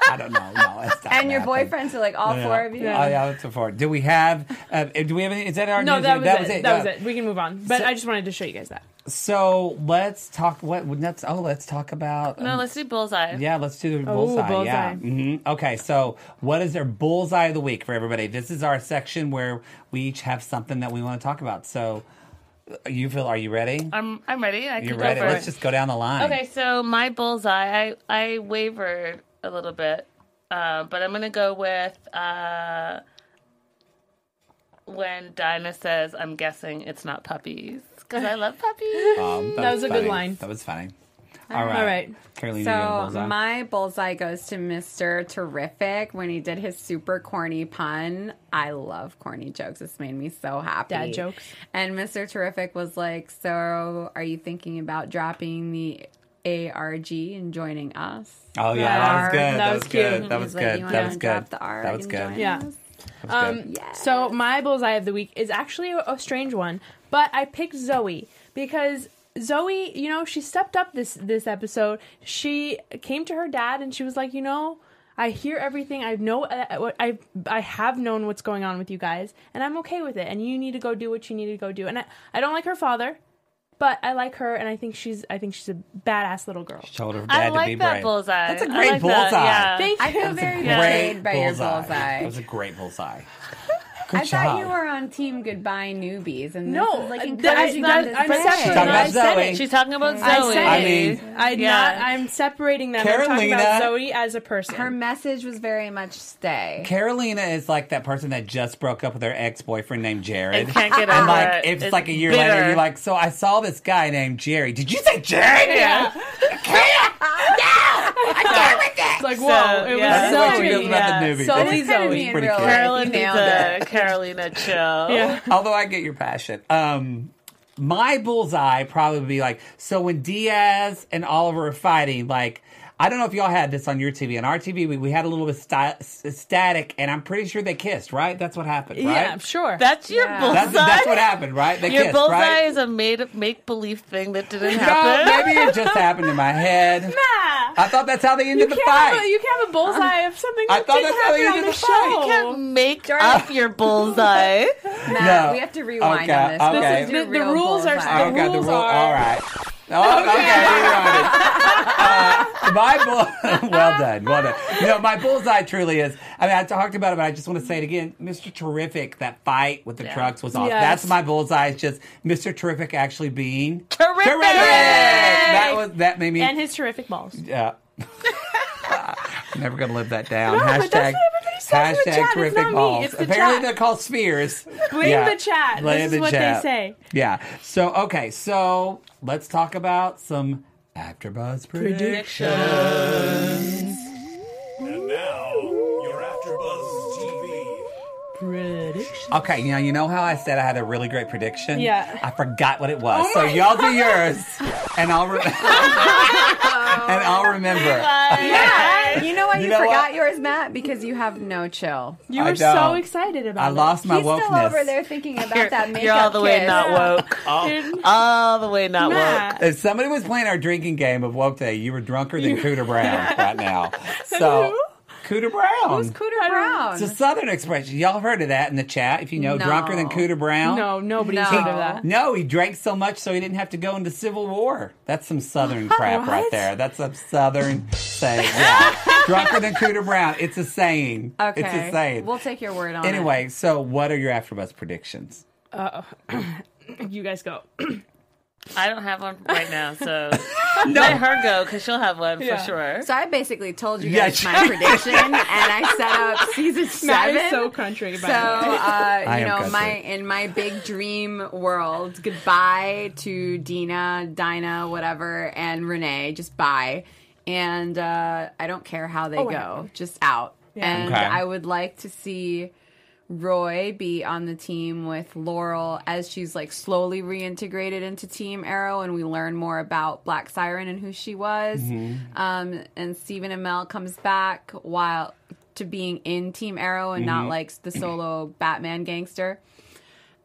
B: I don't know. No, it's not
E: And your
B: happening.
E: boyfriends are like all
B: Yeah.
E: four of you.
B: Oh, yeah, that's a four. Do we have, uh, do we have any, is that our
D: No,
B: news?
D: that was, it. That was
B: Yeah.
D: it. We can move on. But I just wanted to show you guys that.
B: So let's talk, what, let's, oh, let's talk about. um,
F: No, let's do bullseye.
B: Yeah, let's do the bullseye. Yeah.
D: bullseye.
B: hmm Okay, so what is our bullseye of the week for everybody? This is our section where we each have something that we want to talk about. So, uh, you feel? Are you ready?
F: I'm I'm ready. I
B: You're
F: can
B: ready.
F: go 1st
B: Let's just go down the line.
F: Okay, so my bullseye, I I wavered a little bit, uh, but I'm gonna go with uh, when Dinah says, "I'm guessing it's not puppies," because I love puppies.
B: Um,
D: That was a good
B: funny.
D: line.
B: That was funny. All right.
D: All right.
B: Caroline, you got a
E: So
B: bullseye?
E: my bullseye goes to Mr. Terrific when he did his super corny pun. I love corny jokes. This made me so happy.
D: Dad jokes.
E: And Mr. Terrific was like, "So are you thinking about dropping the ARG and joining us?"
B: oh yeah, that was
E: Arg.
B: good.
D: That
B: That
D: was
B: was good.
D: cute.
B: That
E: He's
B: was
E: like, "You
B: good.
E: wanna
B: That was
E: drop
B: good.
E: the R
B: That was
E: and
B: good.
E: join
D: Yeah.
E: us?"
B: Um,
D: So my bullseye of the week is actually a, a strange one, but I picked Zoe because Zoe, you know, she stepped up this this episode. She came to her dad and she was like, you know, I hear everything. I know uh, what I I have known what's going on with you guys, and I'm okay with it. And you need to go do what you need to go do. And I, I don't like her father, but I like her, and I think she's I think she's a badass little girl.
B: Told her dad
F: I
B: to be
F: like that
B: brave.
F: bullseye.
B: That's a
F: I
B: great
F: like
B: bullseye.
F: that, yeah.
D: Thank
E: I
D: you.
E: feel very
F: Yeah.
E: betrayed by your bullseye.
B: That was a great bullseye. Good
E: I
B: job.
E: thought you were on team goodbye newbies, and
D: No, uh,
E: this is like
D: I-
E: encouraging
D: I-
E: them to
D: I'm
E: stay.
D: separate.
B: Talking
D: No, I
B: about
D: said
B: Zoe.
D: it.
F: She's talking about Zoe.
D: I said
B: I
D: it.
B: mean-
D: I
F: Yeah.
D: not. I'm separating them. I'm talking
B: Carolina-
D: about Zoe as a person.
E: Her message was very much stay.
B: Carolina is like that person that just broke up with her ex boyfriend named Jared.
F: And can't get
B: and
F: over
B: like,
F: it.
B: if it's,
F: It's
B: like a year
F: bitter.
B: later, you're like, so I saw this guy named Jerry. Did you say Jared?
F: Yeah.
D: it's like,
F: So,
D: whoa, it
F: yeah.
B: That's the way she feels
D: was Zoe.
B: about the
F: yeah.
B: movie.
D: So
B: That's-
D: Zoe.
E: Kind of
D: Zoe's
E: me in
B: pretty
E: real
B: cute.
E: life. You nailed it.
F: Carolina, Carolina, chill.
D: Yeah.
B: Although I get your passion. Um, my bullseye probably would be like so when Diaz and Oliver are fighting, like. I don't know if y'all had this on your TV. On our TV, we, we had a little bit sti- s- static, and I'm pretty sure they kissed, right? That's what happened, right?
D: Yeah, sure.
F: That's your
E: Yeah.
F: bullseye.
B: That's, that's what happened, right? They
F: Your
B: kissed,
F: bullseye
B: right?
F: is a made make believe thing that didn't
B: no,
F: happen.
B: maybe it just happened in my head.
D: Ah,
B: I thought that's how they ended
D: you,
B: the
D: can't
B: fight.
D: have a, you can't have a bullseye of something
B: I
D: that
B: thought
D: didn't
B: that's how you
D: happen
B: did
D: on
B: the fight.
F: You can't
D: the show.
F: make up your bullseye.
E: Matt,
B: No.
E: we have to rewind
B: Okay,
E: on this. This
B: okay.
E: is your
D: The- the
E: real
D: rules are-
E: bullseye.
D: the rules are-
B: All right. Oh, okay. you're right. Uh, my bull. well done. Well done. No, my bullseye truly is. I mean, I talked about it, but I just want to say it again. Mr. Terrific, that fight with the
F: Yeah.
B: trucks was awesome.
D: Yes.
B: That's my bullseye. It's just Mr. Terrific actually being
F: Terrific!
B: That was that made me.
D: And his terrific balls.
B: Yeah. I'm never gonna live that down.
D: No,
B: hashtag
D: but that's what everybody says in the chat. It's
B: terrific
D: not me.
B: balls.
D: It's the
B: Apparently
D: chat.
B: they're called spheres.
D: Blame the chat.
B: Blame
D: This is
B: the
D: what they
B: chat.
D: say.
B: Yeah. So okay, so let's talk about some AfterBuzz predictions.
C: And now, your AfterBuzz TV.
B: Okay, you know, you know how I said I had a really great prediction?
D: Yeah. Oh
B: I forgot what it was. so y'all do yours, and I'll re- and I'll remember.
E: Yeah. You know why you,
B: You know
E: forgot
B: what?
E: yours, Matt? Because you have no chill.
D: You
B: I
D: were so
B: don't.
D: excited about
B: I lost my
E: He's
B: wokeness.
E: still over there thinking about
F: You're,
E: that makeup
F: you're all the way
E: kiss.
F: not woke.
B: Oh.
D: it.
F: All the way not
D: Nah.
F: woke.
B: If somebody was playing our drinking game of woke day, you were drunker than Cooter Brown right now. So Cooter Brown.
E: Who's Cooter Brown?
B: it's a southern expression. Y'all have heard of that in the chat. If you know,
E: No.
B: drunker than Cooter Brown.
D: No, nobody's
E: No.
D: heard of that.
B: No, he drank so much so he didn't have to go into civil war. That's some southern crap right
D: What?
B: there. That's a southern saying. Yeah. drunker than Cooter Brown. It's a saying.
E: okay.
B: It's a saying.
E: We'll take your word on it.
B: anyway, so what are your AfterBuzz predictions?
D: You guys go.
F: I don't have one right now, so let her go because she'll have one
D: Yeah.
F: for sure.
E: So I basically told you
B: Yeah,
E: guys
B: she-
E: my prediction, and I set up season
D: Matt
E: seven.
D: is so country, by
E: So,
D: the way.
E: uh,
B: I
E: you
B: am
E: know,
B: country.
E: my in my big dream world, goodbye to Dina, Dinah, whatever, and Renee. Just bye, and uh, I don't care how they
D: I
E: go, just out. And
B: Okay.
E: I would like to see Roy be on the team with Laurel as she's like slowly reintegrated into Team Arrow, and we learn more about Black Siren and who she was. Um, and Stephen Amell comes back while to being in Team Arrow and not like the solo Batman gangster.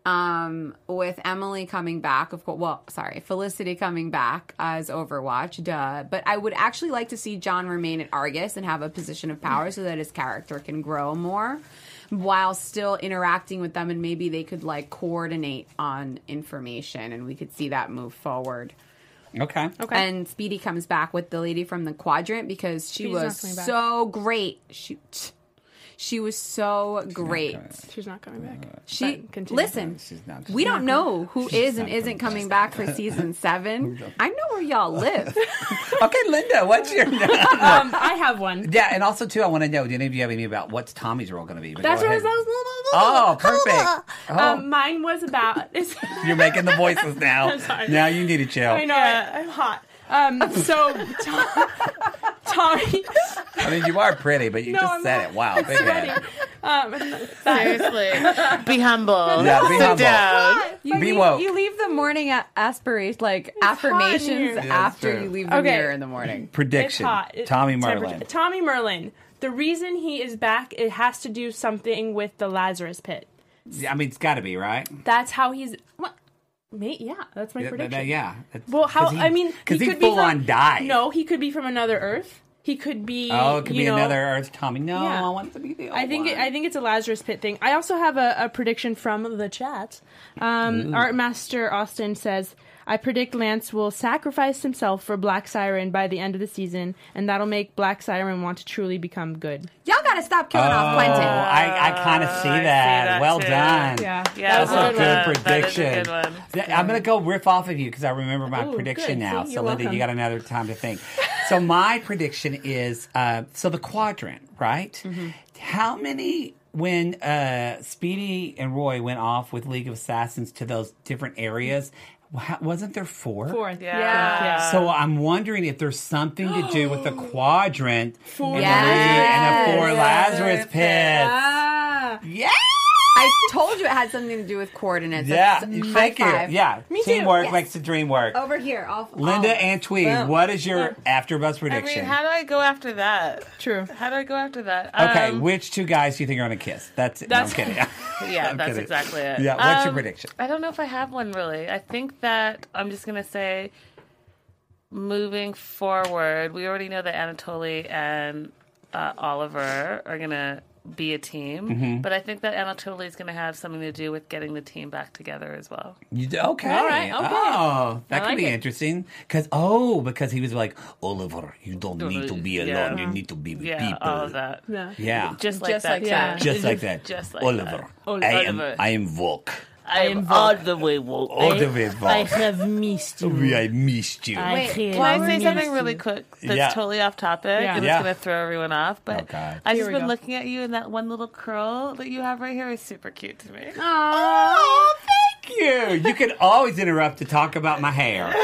E: Um, with Emily coming back, of course. Well, sorry, Felicity coming back as Overwatch, duh. But I would actually like to see John remain at Argus and have a position of power so that his character can grow more, while still interacting with them, and maybe they could like coordinate on information, and we could see that move forward.
B: Okay.
D: Okay.
E: And Speedy comes back with the lady from the quadrant because she
D: Speedy's not coming
E: was
D: back.
E: so great. She, she was so great.
D: She's not coming back.
E: She
D: But continue.
E: listen.
B: She's not
E: We don't know who is and
B: not coming
E: isn't coming back for season seven. I know where y'all live.
B: Okay, Linda, what's your
D: Um, I have one.
B: Yeah, and also too, I want to know. Do any of you have any about what's Tommy's role going to be? But
D: That's
B: go
D: what I was.
B: ahead.
D: I was-
B: Oh, perfect. Oh,
D: Um, mine was about.
B: you're making the voices now.
D: I'm sorry.
B: Now you need a chill.
D: I
B: I,
D: know. I, am hot. Um, so Tom, Tommy,
B: mean, you are pretty, but you
D: No,
B: just
D: I'm
B: said
D: not.
B: it. Wow, big head.
F: Seriously, be humble.
B: Yeah, be
F: Sit
B: humble.
F: down.
E: You
B: Be
E: leave,
B: woke.
E: You leave the morning a- aspirate like
D: hot in here.
E: affirmations
D: Yeah,
B: that's
E: after
B: true.
E: you leave the
D: Okay.
E: mirror in the morning.
B: Prediction:
D: it's hot. It-
B: Tommy
D: temperature-
B: Merlin.
D: Tommy Merlin The reason he is back, it has to do something with the Lazarus pit.
B: I mean, it's got to be right.
D: That's how he's. What? Me? Yeah, that's my
B: Th- th-
D: prediction.
B: th- yeah. That's-
D: Well, how?
B: 'cause he-
D: I mean,
B: 'cause he
D: he, could
B: full
D: be from,
B: on died.
D: No, he could be from another Earth. He could be.
B: Oh, it could
D: you
B: be
D: know,
B: another Earth Tommy. No,
D: Yeah.
B: I want it to be the old
D: I think
B: one.
D: it, I think it's a Lazarus Pit thing. I also have a, a prediction from the chat. Um, Art Master Austin says, "I predict Lance will sacrifice himself for Black Siren by the end of the season, and that'll make Black Siren want to truly become good."
E: Y'all gotta stop killing off Quentin.
B: Oh, I, I kind of see,
F: I see
B: that.
F: that
B: Well
F: too.
B: done.
D: Yeah.
F: Yeah,
B: That's a
F: well
B: good
F: done. That is a
B: prediction.
F: good one.
B: Th- I'm going to go riff off of you because I remember my
D: Ooh,
B: prediction
D: good.
B: now. so,
D: See, you're
B: Linda, you
D: welcome.
B: got another time to think. so, my prediction is uh, so the quadrant, right?
D: Mm-hmm.
B: How many, when uh, Speedy and Roy went off with League of Assassins to those different areas, wha- wasn't there four?
D: Fourth,
F: Yeah.
B: So I'm wondering if there's something to do with the quadrant and, the
E: Yes.
B: and the four Lazarus
F: Lazarus
B: pits.
D: Ah,
B: Yeah.
E: I told you it had something to do with coordinates.
B: Yeah.
E: That's- high
B: Thank you.
E: five.
B: Yeah.
D: Me too.
B: Teamwork
E: Yes.
B: makes the dream work.
F: Oh,
E: Over here, I'll,
B: Linda
E: I'll-
B: and Tweed,
E: Boom.
B: what is your afterbus
F: I
B: prediction?
F: mean, how do I go after that?
D: true.
F: How do I go after that?
B: okay,
F: Um,
B: which two guys do you think are going to kiss? That's it.
D: That's-
B: no, I'm kidding.
F: yeah,
B: I'm
F: that's
B: kidding.
F: exactly it.
B: Yeah, what's your
F: Um,
B: prediction?
F: I don't know if I have one really. I think that I'm just gonna say, moving forward, we already know that Anatoly and uh, Oliver are gonna be a team,
B: Mm-hmm.
F: but I think that Anatoly is gonna have something to do with getting the team back together as well.
B: You d- okay.
D: All right, okay.
B: Oh, that
F: I
B: could
F: like
B: be
F: it.
B: interesting. Because, oh, because he was like, Oliver, you don't need to be alone.
F: Yeah.
B: You need to be with
F: Yeah,
B: people.
F: all of that.
D: Yeah.
B: Yeah.
F: Just like
E: Just
F: that.
E: like that.
F: cat.
B: Just like that.
F: Just like
B: Oliver.
F: that.
B: I am
F: Oliver.
B: I am Volk.
F: I am all the way woke.
B: All the way Volk.
G: have missed you.
B: We- I missed you.
E: Wait,
F: Can I say something really quick that's
B: Yeah.
F: totally off topic
D: Yeah.
F: and
B: Yeah.
F: it's going to throw everyone off? But
B: Oh, God.
F: I've
D: Here
F: just
D: we
F: been
D: go.
F: looking at you, and that one little curl that you have right here is super cute to me.
D: Ah.
B: Oh, thank you. You can always interrupt to talk about my hair.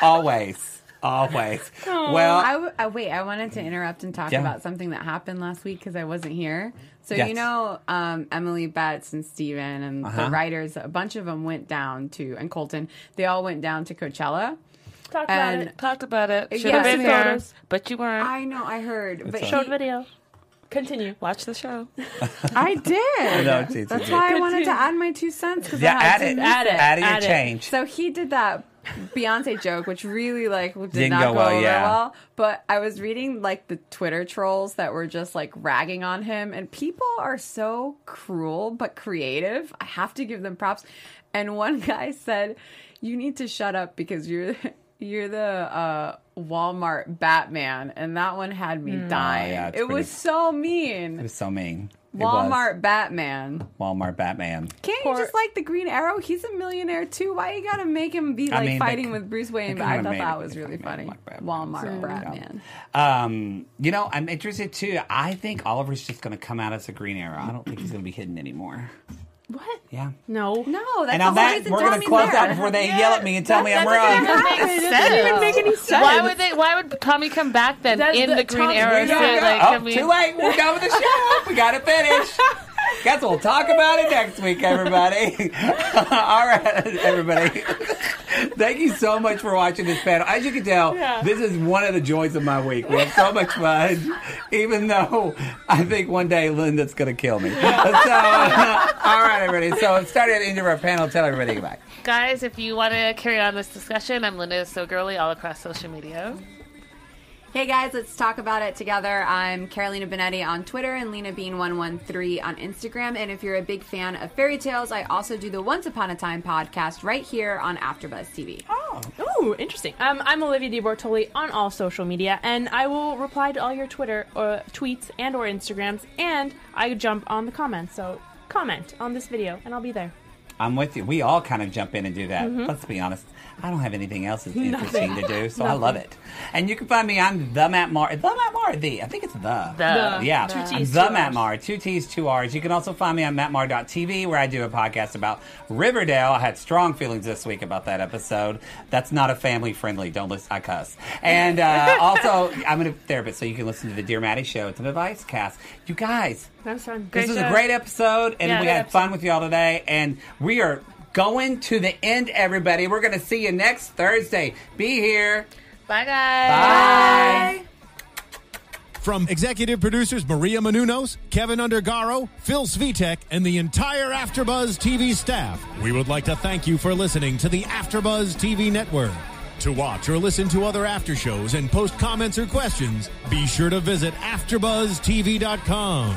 B: Always. Always. Well,
E: I w- I- wait, I wanted to interrupt and talk
B: Yeah.
E: about something that happened last week because I wasn't here. So,
B: Yes.
E: you know, um, Emily Betts and Steven and
B: Uh-huh.
E: the writers, a bunch of them went down to, and Colton, they all went down to Coachella.
D: Talk about
E: And
D: it.
F: Talked about it. Should
E: Yeah.
F: have been
E: Some
F: there,
D: photos.
F: but you weren't.
E: I know, I heard. But
D: Showed
E: he-
D: video. Continue.
F: Watch the show.
E: I did.
B: No, it's- it's-
E: That's
B: it's-
E: why I
D: Good
E: wanted
D: too.
E: to add my two cents because
B: yeah,
E: I had
B: add
E: to
B: it.
E: miss
B: Add it. Add your
D: Add it.
B: change.
E: So he did that Beyonce joke, which really like did
B: Didn't
E: not
B: go
E: go,
B: well,
E: over
B: yeah.
E: well. But I was reading like the Twitter trolls that were just like ragging on him, and people are so cruel but creative. I have to give them props. And one guy said, "You need to shut up because you're you're the uh, Walmart Batman," and that one had me dying.
B: Mm. yeah, it's
E: it
B: pretty-
E: was so mean.
B: it was so mean. It was.
E: Walmart Batman.
B: Walmart Batman.
E: Can't
D: Poor-
E: you just like the Green Arrow? He's a millionaire too. Why you gotta make him be
B: I
E: like
B: mean, they
E: fighting
B: could-
E: with Bruce
B: they
E: Wayne? But
B: couldn't
E: I
B: have
E: thought
B: made
E: that
B: it
E: was
B: if
E: really
B: they
E: funny.
B: made Walmart Batman.
E: Walmart
B: So,
E: Batman.
B: yeah. Um, you know, I'm interested too. I think Oliver's just going to come out as a green arrow. I don't think he's going to be hidden anymore.
D: What?
B: Yeah.
D: No.
E: No,
B: and
E: that's the
B: on
E: whole
B: that,
E: reason
B: we're going to
E: Tommy's
B: close
E: there.
B: out before they yell at me and tell me I'm wrong.
F: Doesn't make
D: It didn't
F: sense.
D: make any sense.
F: Why would they? Why would Tommy come back then
D: That's
F: in
D: the-
F: the, Green
D: Tommy-
F: Arrow?
D: We
F: suit?
D: don't
B: Yeah,
D: know.
F: Like,
B: oh,
F: I mean,
B: too late. We're done with the show. We got to finish. Guess we'll talk about it next week, everybody. All right, everybody. Thank you so much for watching this panel. As you can tell,
D: Yeah.
B: this is one of the joys of my week. We have so much fun, even though I think one day Linda's going to kill me. So, uh, all right, everybody. So, I'm starting at the end of our panel. Tell everybody goodbye.
F: guys, if you want to carry on this discussion, I'm Linda So Girly all across social media.
E: Hey guys, let's talk about it together. I'm Carolina Benetti on Twitter and Lena Bean113 on Instagram. And if you're a big fan of fairy tales, I also do the Once Upon a Time podcast right here on AfterBuzz TV.
D: Ooh, interesting. Um, I'm Olivia Di Bortoli on all social media, and I will reply to all your Twitter or tweets and or Instagrams, and I jump on the comments. So comment on this video, and I'll be there.
B: I'm with you. We all kind of jump in and do that. Let's be honest. I don't have anything else that's interesting to do, so I love it. And you can find me. I'm the Matt Mar. The Matt Mar. The. I think it's the.
F: Uh, The.
B: Yeah.
D: Two
B: I'm
D: Ts,
B: the
D: two
B: Matt
D: Rs.
B: Mar. Two T's, two R's. You can also find me on mattmar.tv where I do a podcast about Riverdale. I had strong feelings this week about that episode. That's not a family friendly. Don't listen. I cuss. And uh, also, I'm a therapist, so you can listen to the Dear Maddie show. It's an advice cast. You guys,
D: That's fun.
B: this was a
F: show.
B: great episode, and
F: Yeah,
B: we
F: good
B: had
F: episode.
B: fun with y'all today. And we are going to the end, everybody. We're going to see you next Thursday. Be here.
F: Bye, guys.
B: Bye.
G: From executive producers Maria Manunos, Kevin Undergaro, Phil Svitek, and the entire AfterBuzz TV staff, we would like to thank you for listening to the AfterBuzz TV network. To watch or listen to other after shows and post comments or questions, be sure to visit AfterBuzzTV.com.